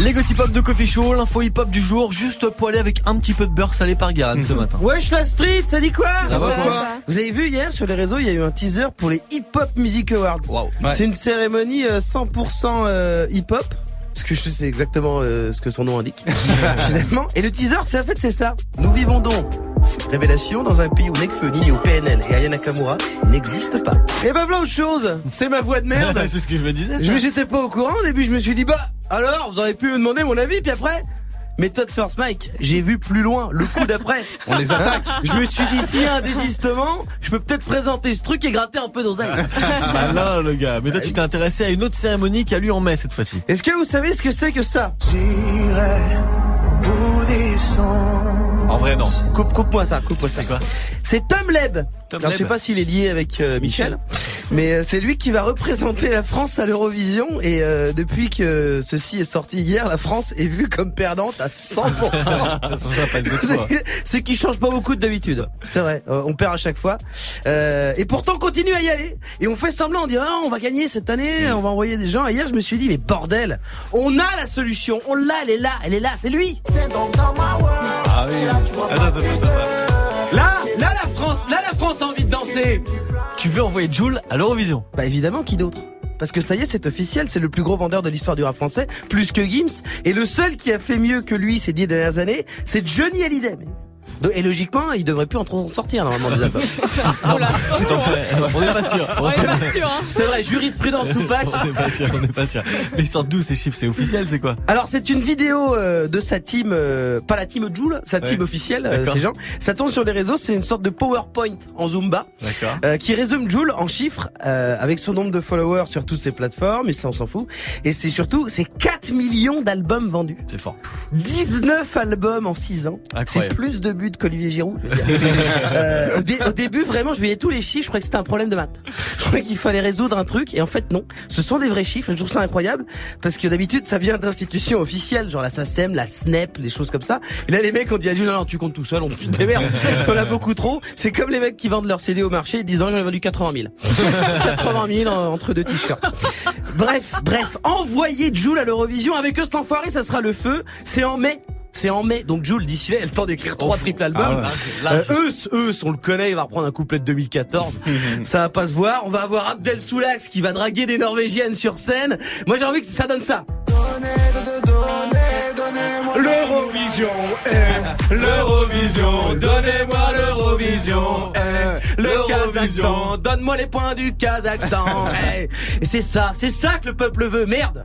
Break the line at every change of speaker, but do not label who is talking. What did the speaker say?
Les gossip hop de Coffee Show, l'info hip hop du jour, juste poilé avec un petit peu de beurre salé par Guérin ce matin.
Wesh la street, ça dit quoi
Ça va ou quoi
Vous avez vu hier sur les réseaux, il y a eu un teaser pour les Hip Hop Music Awards.
Waouh.
C'est une cérémonie euh, 100% euh, hip hop. Parce que je sais exactement euh, ce que son nom indique. Finalement. Et le teaser, c'est en fait c'est ça. Nous vivons donc. Révélation dans un pays où Nekfeu, Nio, PNL et Aya Nakamura n'existent pas. Et bah voilà autre chose. C'est ma voix de merde.
c'est ce que je me disais.
Je j'étais pas au courant au début, je me suis dit bah alors vous auriez pu me demander mon avis puis après méthode first Mike, j'ai vu plus loin le coup d'après. On les attaque. Je me suis dit s'il y a un désistement, je peux peut-être présenter ce truc et gratter un peu d'oseille.
Malin Ah le gars. Mais toi tu t'es intéressé à une autre cérémonie qui a lieu en mai cette fois-ci.
Est-ce que vous savez ce que c'est que ça
En vrai non.
Coupe coupe moi ça, coupe moi ça.
C'est quoi
C'est Tom Leb.
Tom
Alors, je sais
Leb.
pas s'il est lié avec euh, Michel, mais euh, c'est lui qui va représenter la France à l'Eurovision. Et euh, depuis que ceci est sorti hier, la France est vue comme perdante à 100%.
Ça changera pas de fois.
C'est- C'est qui change pas beaucoup de d'habitude. C'est vrai, euh, on perd à chaque fois. Euh, et pourtant, on continue à y aller. Et on fait semblant, on dit ah, on va gagner cette année, on va envoyer des gens. Et hier, je me suis dit mais bordel, on a la solution, on l'a, elle est là, elle est là, c'est lui.
Ah oui. Attends, attends, attends, attends.
Là, là la France, là la France a envie de danser.
Tu veux envoyer Jules à l'Eurovision
Bah évidemment, qui d'autre parce que ça y est, c'est officiel, c'est le plus gros vendeur de l'histoire du rap français, plus que Gims. Et le seul qui a fait mieux que lui ces dix dernières années, c'est Johnny Hallyday. Donc- Et logiquement, il devrait plus en en sortir normalement des albums.
Oh là, attention, hein.
On n'est pas sûr.
On
On
est pas sûr, hein.
C'est vrai, jurisprudence Tupac.
n'est pas sûr, on n'est pas sûr. Mais ils sortent d'où ces chiffres C'est officiel, c'est quoi
Alors c'est une vidéo euh, de sa team, euh, pas la team Joule, sa team
Ouais.
officielle, euh,
D'accord.
ces gens. Ça tourne sur les réseaux, c'est une sorte de PowerPoint en Zumba
D'accord.
euh, qui résume Joule en chiffres euh, avec son nombre de followers sur toutes ses plateformes, mais ça on s'en fout. Et c'est surtout, c'est 4 millions d'albums vendus.
C'est fort.
19 albums en 6 ans. C'est
Incroyable.
plus de buts qu'Olivier Giroud. je veux dire. Euh, au, dé- au début, vraiment, je voyais tous les chiffres, je croyais que c'était un problème de maths. Je croyais qu'il fallait résoudre un truc, et en fait, non. Ce sont des vrais chiffres, je trouve ça incroyable, parce que d'habitude, ça vient d'institutions officielles, genre la SACEM, E la SNEP, des choses comme ça. Et là, les mecs ont dit, ah, non, non, tu comptes tout seul, on tu te démerdes. T'en as beaucoup trop. C'est comme les mecs qui vendent leurs CD au marché, ils disent, non, j'en ai vendu 80 000. 80 000 en- entre deux t-shirts. Bref, bref, envoyez Jules à l'Eurovision avec eux cet enfoiré, ça sera le feu. C'est en mai. C'est en mai, donc Jules d'ici là, il a le temps d'écrire trois triples albums. Oh, Euh, eux, eux, on le connaît, il va reprendre un couplet de 2014. ça va pas se voir. On va avoir Abdel Soulax qui va draguer des Norvégiennes sur scène. Moi, j'ai envie que ça donne ça.
L'Eurovision, eh, l'Eurovision, donnez-moi l'Eurovision, eh,
Le
l'Eurovision.
Kazakhstan, donne-moi les points du Kazakhstan. hey. Et c'est ça, c'est ça que le peuple veut, merde.